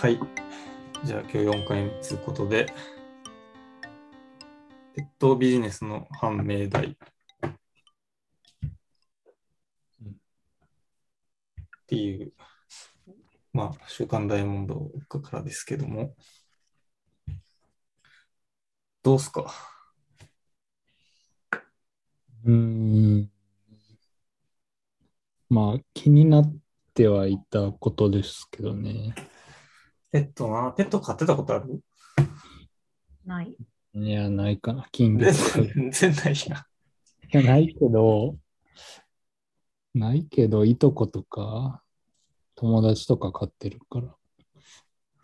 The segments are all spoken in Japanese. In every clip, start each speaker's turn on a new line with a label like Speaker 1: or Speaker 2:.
Speaker 1: はい。じゃあ今日4回目ということで、ペットビジネスの判明代
Speaker 2: うん
Speaker 1: っていう、まあ、週刊ダイヤモンドからですけども、どうすか
Speaker 2: うーんまあ気になってはいたことですけどね。
Speaker 1: ペットな、ペット飼ってたことある
Speaker 3: ない。
Speaker 2: いや、ないかな。金魚とかい
Speaker 1: 全然ないや。
Speaker 2: やないけど、ないけど、いとことか、友達とか飼ってるから。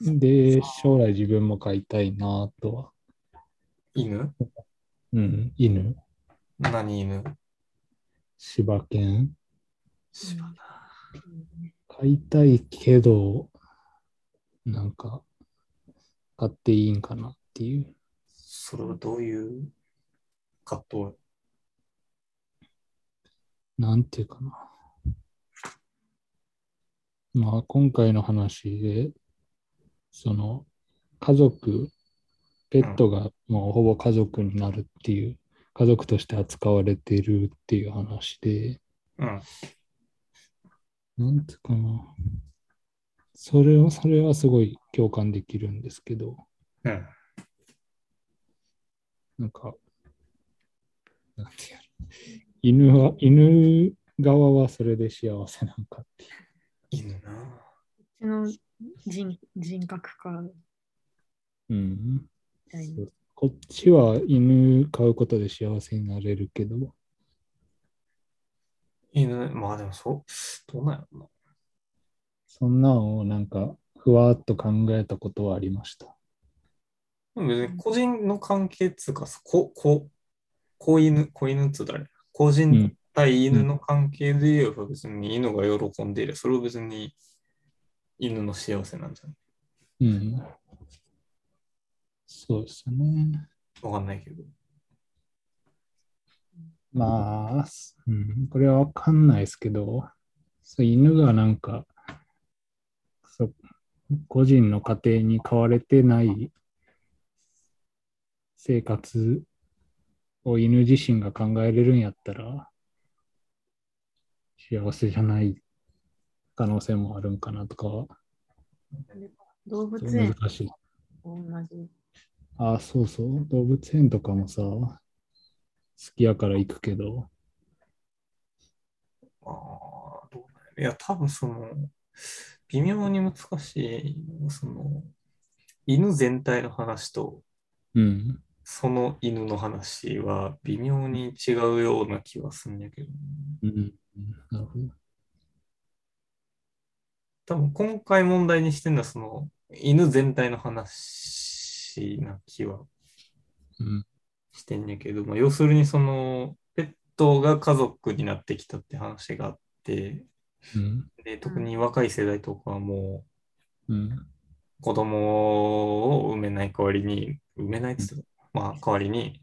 Speaker 2: で、将来自分も飼いたいなとは。
Speaker 1: 犬
Speaker 2: うん、犬、
Speaker 1: 何犬
Speaker 2: 柴犬。
Speaker 1: 柴
Speaker 3: うん
Speaker 2: 飼いたいけど、なんか、飼っていいんかなっていう。
Speaker 1: それはどういう葛藤
Speaker 2: なんていうかな。まあ、今回の話で、その、家族、ペットがもうほぼ家族になるっていう、家族として扱われているっていう話で、
Speaker 1: うん。
Speaker 2: なんていうかな。それを、それはすごい共感できるんですけど、
Speaker 1: うん。
Speaker 2: なんか、なんていうの犬は、犬側はそれで幸せなんかっていう。
Speaker 1: 犬な。
Speaker 3: うちの人人格かみ
Speaker 2: うん。
Speaker 3: たい
Speaker 2: そ
Speaker 3: な。
Speaker 2: うこっちは犬飼うことで幸せになれるけど、
Speaker 1: 犬、まあでもそう、どうなんやろな。
Speaker 2: そんなんをなんか、ふわっと考えたことはありました。
Speaker 1: でも別に個人の関係っつうか、こ、こ、子犬、子犬っつうたらあれやな個人対犬の関係で言えば別に犬が喜んでいれば、それを別に犬の幸せなんじゃない
Speaker 2: うん。そうですね。
Speaker 1: わかんないけど。
Speaker 2: まあ、うん、これはわかんないですけど、そう犬がなんかそ、個人の家庭に飼われてない生活を犬自身が考えれるんやったら、幸せじゃない可能性もあるんかなとかは、
Speaker 3: 動物園
Speaker 2: 難しい。
Speaker 3: と同じ。
Speaker 2: あ、そうそう、動物園とかもさ、好きやから行くけど、
Speaker 1: ああ、どうなんやろいや、多分その、微妙に難しい、その、犬全体の話と、
Speaker 2: うん。
Speaker 1: その犬の話は微妙に違うような気はするんやけどね、
Speaker 2: うん、なるほど。
Speaker 1: 多分今回問題にしてるのはその犬全体の話な気は
Speaker 2: うん。
Speaker 1: してんやけど、まあ、要するにそのペットが家族になってきたって話があって
Speaker 2: うん。
Speaker 1: で特に若い世代とかはも
Speaker 2: うん。
Speaker 1: う子供を産めない代わりに産めないっつってまあ代わりに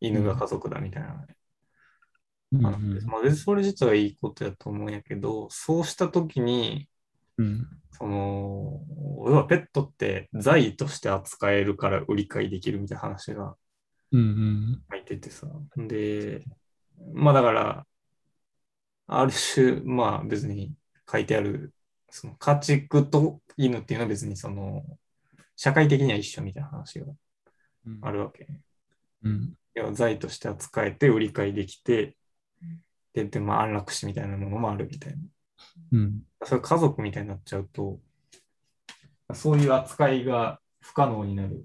Speaker 1: 犬が家族だみたいな
Speaker 2: うん。
Speaker 1: 話です、まあ、別にそれ自体はいいことやと思うんやけどそうした時に
Speaker 2: うん。
Speaker 1: その、要はペットって財として扱えるから売り買いできるみたいな話が
Speaker 2: うん。
Speaker 1: 入っててさ。で、まあだから、ある種、まあ別に書いてある、その家畜と犬っていうのは別にその、社会的には一緒みたいな話が
Speaker 2: うん。
Speaker 1: あるわけ。
Speaker 2: うん。
Speaker 1: 要は財として扱えて売り買いできて
Speaker 3: うん、
Speaker 1: で、でまあ安楽死みたいなものもあるみたいな。
Speaker 2: うん。
Speaker 1: それ家族みたいになっちゃうと、そういう扱いが不可能になる。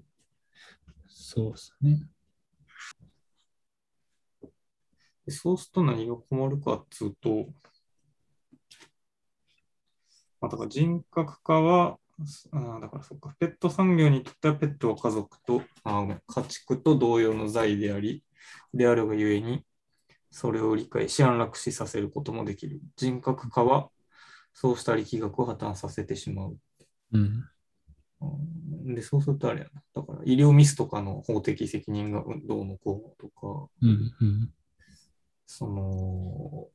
Speaker 2: そうですね。
Speaker 1: でそうすると何が困るかっつうと、まあ、だから人格化は、あだからそっか、ペット産業にとってはペットは家族と、あごめん家畜と同様の財であり、であるがゆえに、それを理解し安楽死させることもできる。人格化は、そうした力学を破綻させてしまう。
Speaker 2: うん。
Speaker 1: うんで、そうするとあれやな。だから、医療ミスとかの法的責任がうんどうのこうのとか、
Speaker 2: うん。うん。
Speaker 1: その、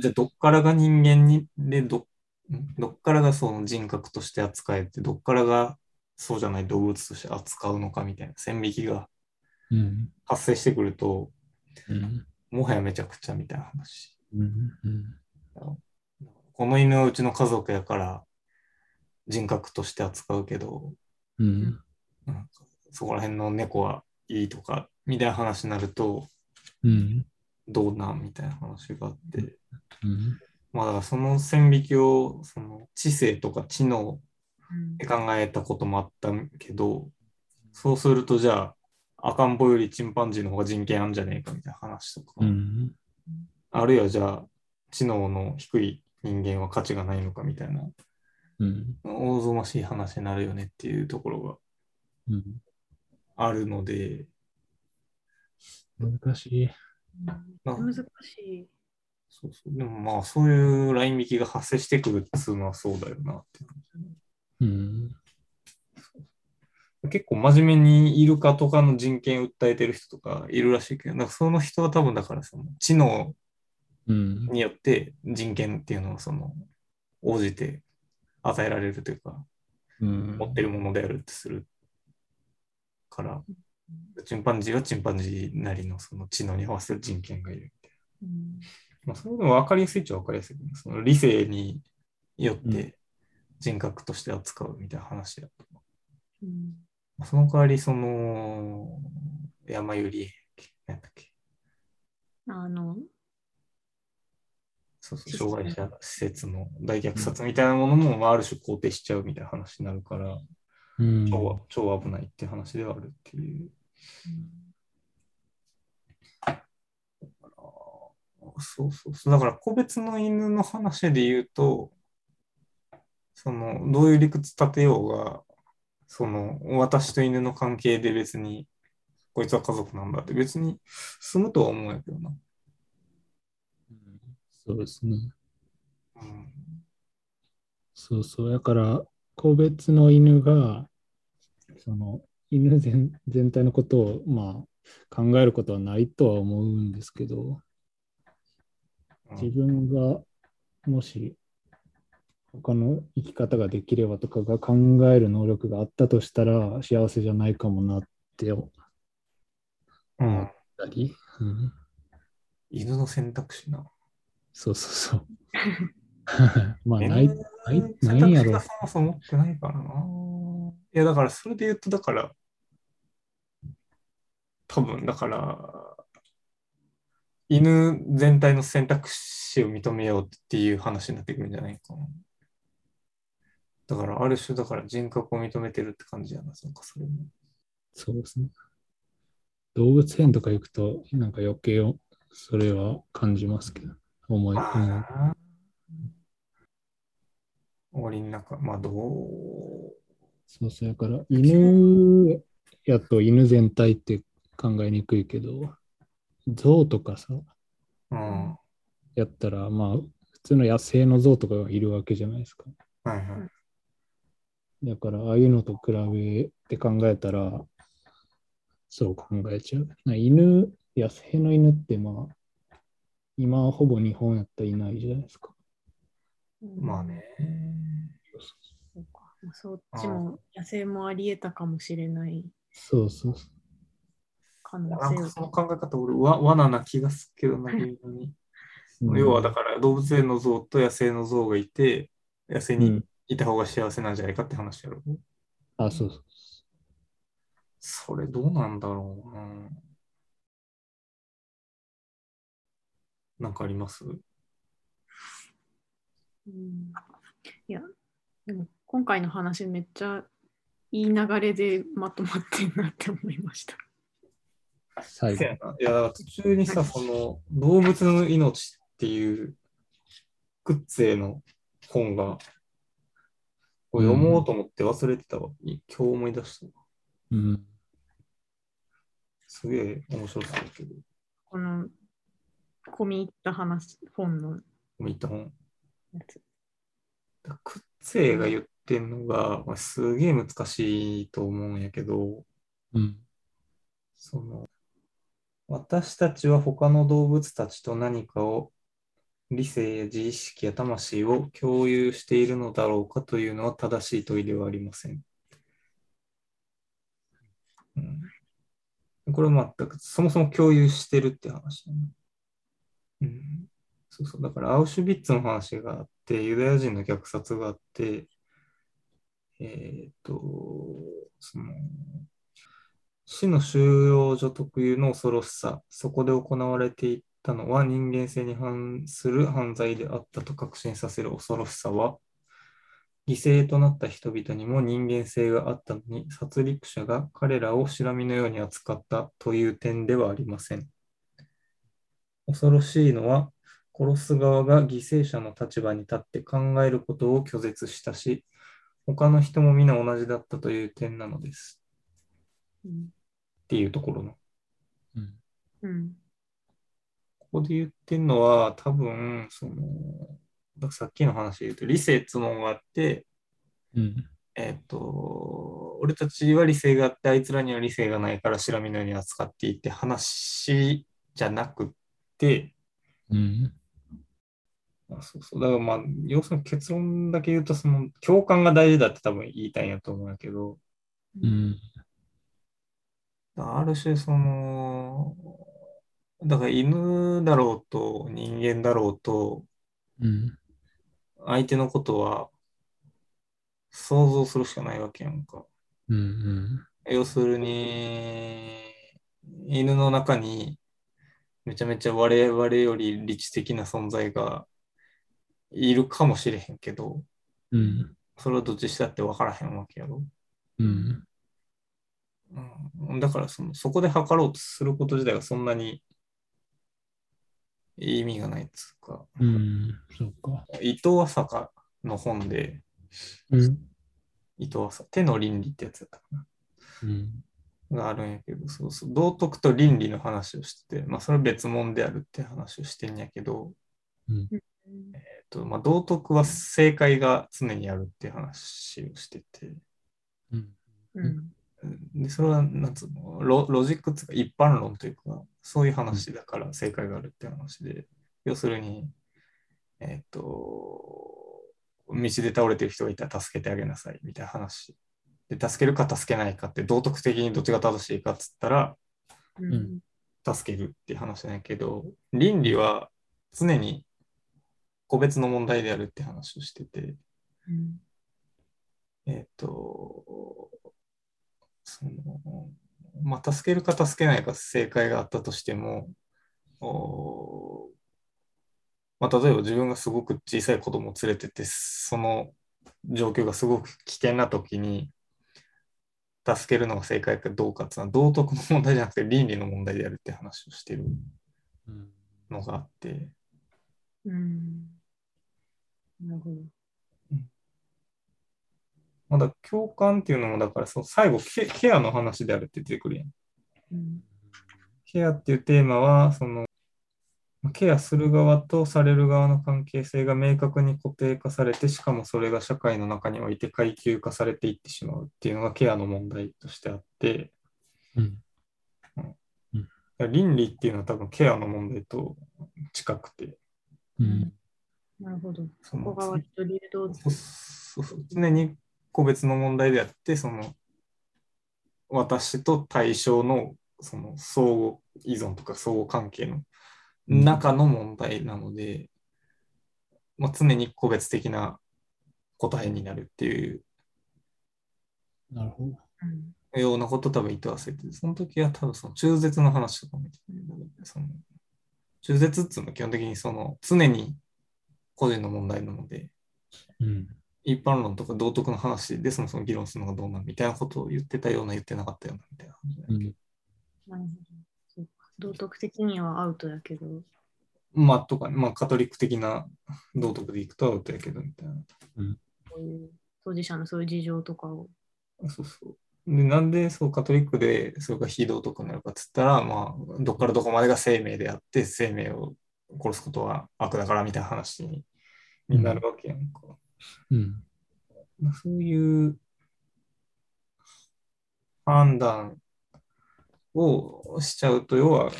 Speaker 1: じゃあ、どっからが人間にで、どっんどっからがその人格として扱えて、どっからがそうじゃない動物として扱うのかみたいな線引きが
Speaker 2: うん。
Speaker 1: 発生してくると、
Speaker 2: うん。
Speaker 1: もはやめちゃくちゃみたいな話。
Speaker 2: うん。うん
Speaker 1: この犬はうちの家族やから人格として扱うけど、
Speaker 2: うん。
Speaker 1: なんかそこら辺の猫はいいとかみたいな話になると、
Speaker 2: うん。
Speaker 1: どうなんみたいな話があって、
Speaker 2: うん。
Speaker 1: まあだからその線引きをその知性とか知能
Speaker 3: うん
Speaker 1: って考えたこともあったけど、そうするとじゃあ赤ん坊よりチンパンジーの方が人権あるんじゃねえかみたいな話とか、
Speaker 2: うん。
Speaker 1: あるいはじゃあ知能の低い人間は価値がないのかみたいな
Speaker 2: うん。
Speaker 1: 大ぞましい話になるよねっていうところ
Speaker 2: うん
Speaker 1: があるので、
Speaker 2: 難しい。
Speaker 1: うん
Speaker 3: 難しい。
Speaker 1: そうそうでもまあそういうライン引きが発生してくるっつうのはそうだよなって。
Speaker 2: うん。
Speaker 1: 結構真面目にイルカとかの人権訴えてる人とかいるらしいけど、なんかその人は多分だからその知能
Speaker 2: うん。
Speaker 1: によって人権っていうのをその応じて与えられるというか
Speaker 2: うん
Speaker 1: 持ってるものであるってするからチンパンジーはチンパンジーなりのその知能に合わせる人権がいるみたい
Speaker 3: うん
Speaker 1: な、まあ、そういうの分かりやすいっちゃ分かりやすいけどその理性によって人格として扱うみたいな話だと、
Speaker 3: うん
Speaker 1: まあその代わりその山より何だっけ
Speaker 3: あの、
Speaker 1: そうそう
Speaker 3: 施設ね
Speaker 1: 障害者施設の大虐殺みたいなものも、まあ、ある種肯定しちゃうみたいな話になるから、
Speaker 2: うん。
Speaker 1: 超は超危ないって話ではあるっていう。そうそうそう。だから個別の犬の話で言うと、そのどういう理屈立てようが、その私と犬の関係で別に、こいつは家族なんだって別に済むとは思うんやけどな。
Speaker 2: うんそうですね。
Speaker 1: うん。
Speaker 2: そうそう。だから、個別の犬が、その、犬全全体のことを、まあ、考えることはないとは思うんですけど、
Speaker 1: うん
Speaker 2: 自分が、もし、他の生き方ができればとかが考える能力があったとしたら、幸せじゃないかもなって思っ
Speaker 1: うん、
Speaker 2: たり、うん、
Speaker 1: 犬の選択肢な。
Speaker 2: そうそ うそう。まあ、ない、ない、ないんや
Speaker 1: 選択肢
Speaker 2: ろ
Speaker 1: が。そもそも持ってないからな。いや、だからそれで言うと、だから、多分、だから、犬全体の選択肢を認めようっていう話になってくるんじゃないかな。だから、ある種、だから人格を認めてるって感じやな、なんかそれも。
Speaker 2: そうですね。動物園とか行くと、なんか余計を、それは感じますけど、思い、うん、
Speaker 1: あー檻の中、まあ、どう
Speaker 2: そうそうやから、犬やと犬全体って考えにくいけど、象とかさ、
Speaker 1: うん。は
Speaker 2: やったら、まあ、普通の野生の象とかがいるわけじゃないですか。
Speaker 1: いはい。
Speaker 2: だから、ああいうのと比べて考えたら、そう考えちゃう。な犬、野生の犬って、まあ、今はほぼ日本やったらいないじゃないですか。
Speaker 1: まあ。ね。
Speaker 3: そうかまあそっちも野生もあり得たかもしれない
Speaker 2: そうそうそ
Speaker 3: 可能
Speaker 1: なん
Speaker 3: 性
Speaker 1: かその
Speaker 3: を。
Speaker 1: 考え方、俺、わ罠な気がするけどな、微妙に。
Speaker 2: う。
Speaker 1: 要はだから動物園の象と野生の象がいて、野生
Speaker 2: う
Speaker 1: に
Speaker 2: ん
Speaker 1: いた方が幸せなんじゃないかって話やろ。
Speaker 2: あ、そうそう。
Speaker 1: それどうなんだろうな。なんかあります
Speaker 3: うんいや、でも今回の話めっちゃいい流れでまとまってんなって思いました。
Speaker 2: 最後。
Speaker 1: いや、途中にさ、その動物の命っていうクッツェの本がこう読もうと思って忘れてたわ。今日思い出したわ。
Speaker 2: うん。
Speaker 1: すげえ面白そうだけど、
Speaker 3: この込み入った話、本の
Speaker 1: 見た本。
Speaker 3: やつ。
Speaker 1: だクッツェが言ってんのが、まあ、すげえ難しいと思うんやけど、
Speaker 2: うん。
Speaker 1: その、私たちは他の動物たちと何かを理性や自意識や魂を共有しているのだろうかというのは正しい問いではありません。うん、これは全く、そもそも共有してるって話だね。うん、そうそう、だからアウシュビッツの話があって、ユダヤ人の虐殺があって、えっ、と、その、死の収容所特有の恐ろしさ、そこで行われていたのは人間性に反する犯罪であったと確信させる恐ろしさは、犠牲となった人々にも人間性があったのに、殺戮者が彼らを白身のように扱ったという点ではありません。恐ろしいのは、殺す側が犠牲者の立場に立って考えることを拒絶したし、他の人も皆同じだったという点なのです。
Speaker 3: うん
Speaker 1: っていうところの。
Speaker 2: うん。
Speaker 3: うん
Speaker 1: ここで言ってるのは、多分、その、さっきの話で言うと、理性っつうものがあって、
Speaker 2: うん。
Speaker 1: えっと、俺たちは理性があって、あいつらには理性がないから、白身のように扱っていいって話じゃなくって、
Speaker 2: うん。
Speaker 1: あそうそう。だからまあ、要するに結論だけ言うと、その、共感が大事だって多分言いたいんやと思うんやけど、
Speaker 2: うん。
Speaker 1: ある種、その、だから犬だろうと人間だろうと、
Speaker 2: うん。
Speaker 1: 相手のことは想像するしかないわけやんか。
Speaker 2: うん。
Speaker 1: 要するに、犬の中にめちゃめちゃ我々より理知的な存在がいるかもしれへんけど、
Speaker 2: うん。
Speaker 1: それはどっちしたって分からへんわけやろ。
Speaker 2: うん。
Speaker 1: うん、だからその、そこで測ろうとすること自体がそんなに意味がないっつうか、
Speaker 2: うん。そうか。
Speaker 1: 伊藤浅香の本で、
Speaker 2: うん。
Speaker 1: 伊藤浅、手の倫理ってやつだったかな
Speaker 2: うん。
Speaker 1: があるんやけど、そうそう、道徳と倫理の話をしてて、まあ、それは別物であるって話をしてんやけど、
Speaker 3: うん
Speaker 1: えっとまあ、道徳は正解が常にあるって話をしてて、
Speaker 2: うん。
Speaker 3: うん
Speaker 1: うんでそれはなんつうのロ、ロジックっていうか一般論というか、そういう話だから正解があるって話で、要するに、えっと、道で倒れてる人がいたら助けてあげなさいみたいな話。で、助けるか助けないかって道徳的にどっちが正しいかっつったら、
Speaker 3: うん
Speaker 1: 助けるっていう話なんやけど、倫理は常に個別の問題であるって話をしてて、
Speaker 3: うん
Speaker 1: えっと、その、まあ、助けるか助けないか正解があったとしても、おまあ、例えば自分がすごく小さい子供を連れてて、その状況がすごく危険な時に、助けるのが正解かどうかっていうのは道徳の問題じゃなくて倫理の問題であるって話をしてる
Speaker 2: うん。
Speaker 1: のがあって、
Speaker 3: うんなるほど。
Speaker 1: まあだから共感っていうのも、だからその最後ケ、ケアの話であるって出てくるやん。
Speaker 3: うん
Speaker 1: ケアっていうテーマは、その、ケアする側とされる側の関係性が明確に固定化されて、しかもそれが社会の中において階級化されていってしまうっていうのがケアの問題としてあって、
Speaker 2: うん。
Speaker 1: 倫理っていうのは多分ケアの問題と近くて、
Speaker 2: うん。
Speaker 3: なるほど。
Speaker 1: その
Speaker 3: 小川一人でどうぞ。
Speaker 1: そうそうそう常に個別の問題であって、その私と対象のその相互依存とか相互関係の中の問題なので、まあ、常に個別的な答えになるっていう
Speaker 2: なるほど。
Speaker 3: うん
Speaker 1: ようなこと多分言って忘れてて、その時は多分その中絶の話とかも言ってたんだけどその中絶っていうのは基本的にその常に個人の問題なので、
Speaker 2: うん。
Speaker 1: 一般論とか道徳の話でそもそも議論するのがどうなんみたいなことを言ってたような言ってなかったようなみたいな感じだけど、
Speaker 2: うん。
Speaker 3: なるほどそうか道徳的にはアウトだけど。
Speaker 1: まあとか、まあカトリック的な道徳でいくとアウトやけどみたいな。
Speaker 3: こういう当事者のそういう事情とかを。
Speaker 1: そうそう。で、なんでそうカトリックでそれが非道徳になるかっつったら、まあどっからどこまでが生命であって生命を殺すことは悪だからみたいな話にになるわけやんか。
Speaker 2: うん。
Speaker 1: まあ、そういう判断をしちゃうと、要は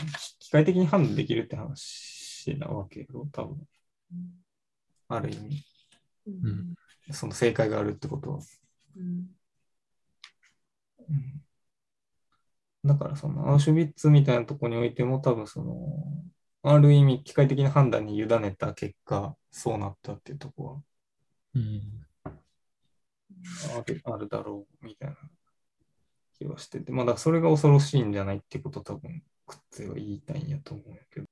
Speaker 1: 機械的に判断できるって話なわけよ、多分。ある意味、
Speaker 3: うん
Speaker 1: その正解があるってことは。
Speaker 3: うん
Speaker 1: うんだからそのアウシュビッツみたいなとこにおいても多分そのある意味機械的な判断に委ねた結果そうなったっていうとこ
Speaker 2: うん。
Speaker 1: はあるあるだろうみたいな気はしててまあだからそれが恐ろしいんじゃないってことを多分くっついは言いたいんやと思うんやけど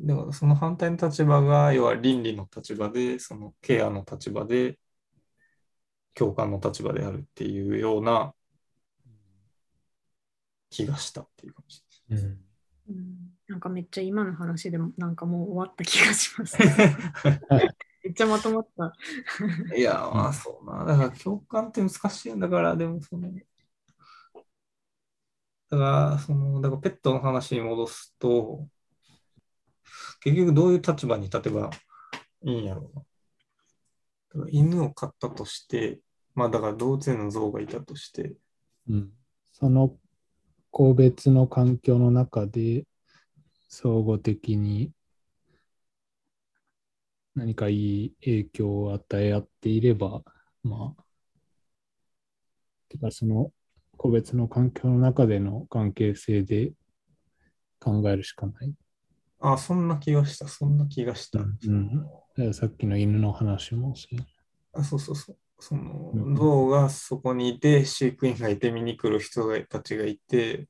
Speaker 1: だからその反対の立場が要は倫理の立場でそのケアの立場で共感の立場であるっていうような気がしたっていう感じ。
Speaker 2: うん。
Speaker 3: うんなんかめっちゃ今の話でもなんかもう終わった気がします。 めっちゃまとまった。
Speaker 1: いやー、まあそうな。だから共感って難しいんだから、でもその、だから、その、だからペットの話に戻すと、結局どういう立場に立てばいいんやろうな。だから犬を飼ったとして、まあだから動物園の象がいたとして、
Speaker 2: うん、その個別の環境の中で総合的に何かいい影響を与え合っていればまあてかその個別の環境の中での関係性で考えるしかない。
Speaker 1: あそんな気がした、そんな気がした。
Speaker 2: うんうんだからさっきの犬の話もそう
Speaker 1: あ、そうそうそう。その
Speaker 2: うん
Speaker 1: 象がそこにいて、飼育員がいて、見に来る人がたちがいて、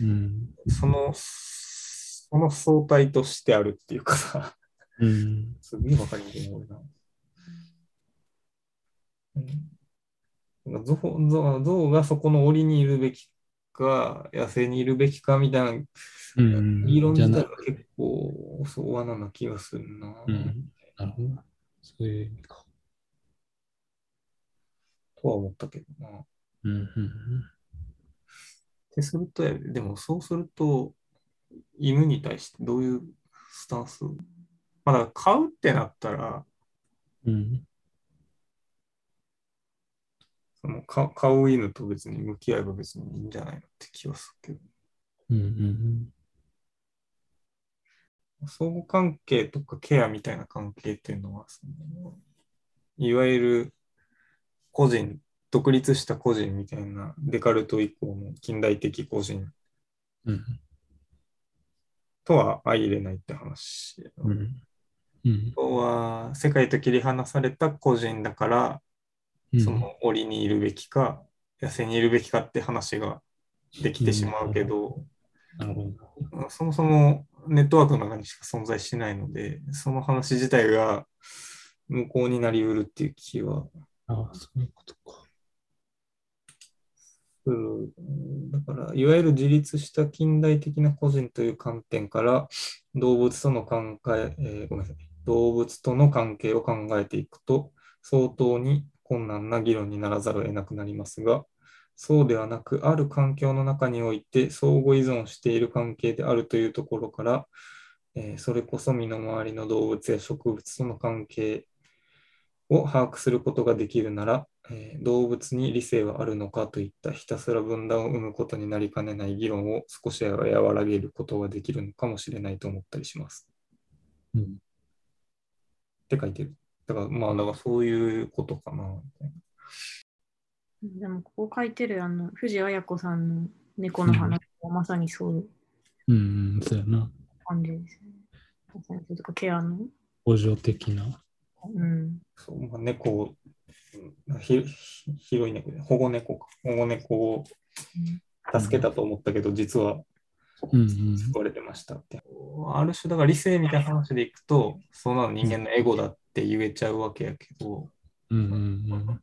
Speaker 2: うん。
Speaker 1: その、その相対としてあるっていうかさ、
Speaker 2: うん。
Speaker 1: すげえわかりにくいな、俺な。うん。ゾウゾウゾウがそこの檻にいるべきか、野生にいるべきかみたいな、
Speaker 2: うん。
Speaker 1: 議論
Speaker 2: じゃ
Speaker 1: 自
Speaker 2: な
Speaker 1: 体が結構、そう、罠な気がするな。
Speaker 2: うん。なるほどな。そういう意味か。
Speaker 1: とは思ったけどな。っ
Speaker 2: うんうんうん。
Speaker 1: てするとや、でもそうすると、犬に対してどういうスタンスまあだから飼うってなったら、
Speaker 2: うん。
Speaker 1: そのか飼う犬と別に向き合えば別にいいんじゃないのって気はするけ
Speaker 2: うんうん
Speaker 1: ど、相互関係とかケアみたいな関係っていうのはその、いわゆる個人、独立した個人みたいな、デカルト以降の近代的個人
Speaker 2: うん。うん
Speaker 1: とは相入れないって話。
Speaker 2: うん。うん
Speaker 1: 要は、世界と切り離された個人だから、
Speaker 2: うん。
Speaker 1: その檻にいるべきか、野生にいるべきかって話ができてしまうけど、
Speaker 2: なるほど。
Speaker 1: うんそもそもネットワークの中にしか存在しないので、その話自体が無効になりうるっていう気は
Speaker 2: ああ、そういうことか。
Speaker 1: する。うんだから、いわゆる自立した近代的な個人という観点から、動物との関係、えーごめんなさい、動物との関係を考えていくと、相当に困難な議論にならざるを得なくなりますが、そうではなく、ある環境の中において相互依存している関係であるというところから、えーそれこそ身の回りの動物や植物との関係を把握することができるなら、えー動物に理性はあるのかといったひたすら分断を生むことになりかねない議論を少しは和らげることができるのかもしれないと思ったりします。
Speaker 2: うん。
Speaker 1: って書いてる。だからまあ、だからそういうことかな。みたいな
Speaker 3: でもここ書いてるあの藤あや子さんの猫の話はまさにそういう
Speaker 2: うん、うんそうやな。
Speaker 3: 感じです ね。まさにというかケアの。
Speaker 2: 補助的な。
Speaker 3: うん。
Speaker 1: そうまあ、猫を、うんひひ広い猫で、保護猫か。保護猫を助けたと思ったけど、実は
Speaker 2: うんうん。
Speaker 1: 救われてましたって。ある種、だから理性みたいな話でいくと、そんなの人間のエゴだって言えちゃうわけやけど、
Speaker 2: うんうん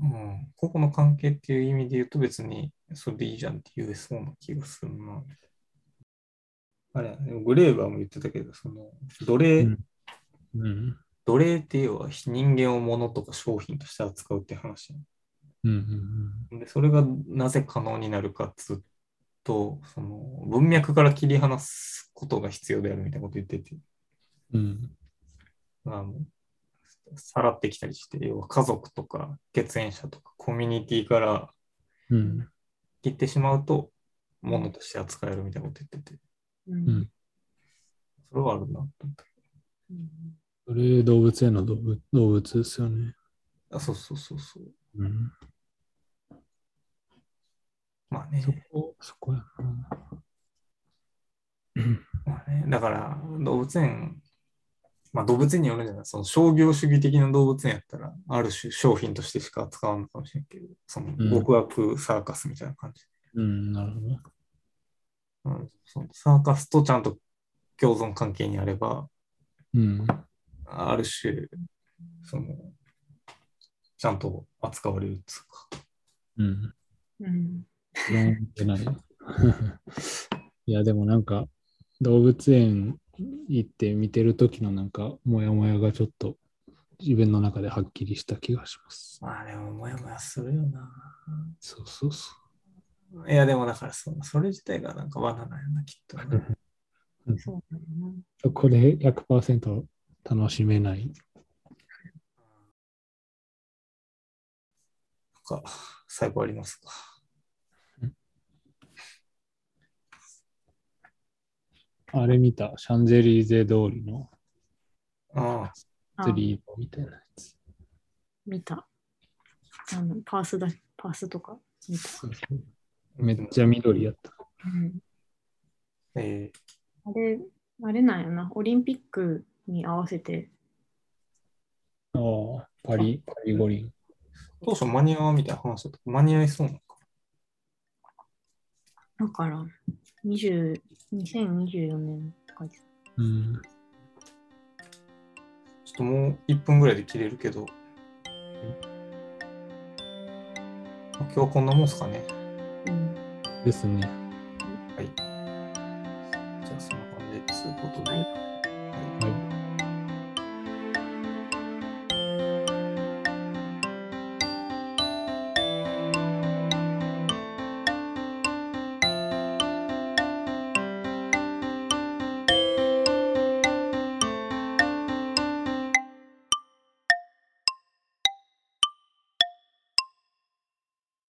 Speaker 1: うん、個々の関係っていう意味で言うと別にそれでいいじゃんって言えそうな気がするな。あれ、グレーバーも言ってたけど、その奴隷、
Speaker 2: うんうん。うん
Speaker 1: 奴隷っていうのは人間を物とか商品として扱うって話。
Speaker 2: うんうん
Speaker 1: で、それがなぜ可能になるかっつうと、その文脈から切り離すことが必要であるみたいなこと言ってて、
Speaker 2: うん。
Speaker 1: まあ、もうさらってきたりして、要は家族とか血縁者とかコミュニティから
Speaker 2: うん。
Speaker 1: 切ってしまうと、物として扱えるみたいなこと言ってて、
Speaker 3: う
Speaker 2: うん
Speaker 3: ん。
Speaker 1: それはあるなと思った。
Speaker 3: うん
Speaker 2: それ動物園の動物動物ですよね。
Speaker 1: あ、そうそうそうそう。
Speaker 2: うん、
Speaker 1: まあね
Speaker 2: そ。こ、そこやな。
Speaker 1: まあねだから、動物園、まあ動物園によるんじゃないその商業主義的な動物園やったら、ある種商品としてしか扱わんのかもしれんけど、その
Speaker 2: うん
Speaker 1: 極悪サーカスみたいな感じ。
Speaker 2: うん、なるほど。
Speaker 1: うん、そのサーカスとちゃんと共存関係にあれば、
Speaker 2: うん。
Speaker 1: ある種、その、ちゃんと扱われるっつうか。
Speaker 2: うん。
Speaker 3: うん
Speaker 2: ローンってない いや、でもなんか、動物園行って見てる時のなんか、モヤモヤがちょっと自分の中ではっきりした気がします。
Speaker 1: まあでも、もやもやするよな。
Speaker 2: そうそうそ
Speaker 1: いや、でもだからそ、それ自体がなんか罠なんやな、きっと ね。
Speaker 3: そうだよな
Speaker 2: う。これ100%楽しめない。
Speaker 1: なんか、最後ありますか。
Speaker 2: あれ見た、シャンゼリーゼ通りの
Speaker 1: あ
Speaker 3: あ
Speaker 2: ツリーみたいなやつ。
Speaker 3: 見た。あのパースだ、パースとか見た。
Speaker 2: そうそうめっちゃ緑やった。
Speaker 3: うん
Speaker 1: あ、え
Speaker 3: あれ、あれなんやな、オリンピックに合わせて、
Speaker 2: ああ、パリ、パリ五輪。
Speaker 1: ー当初間に合わんみたいな話だと間に合いそうなのか。
Speaker 3: だから、20 2024年って書いてた。
Speaker 2: うん。
Speaker 1: ちょっともう1分ぐらいで切れるけど。今日はこんなもんすかね。
Speaker 3: うん
Speaker 2: ですね。
Speaker 1: じゃあそんな感じということで。
Speaker 3: はい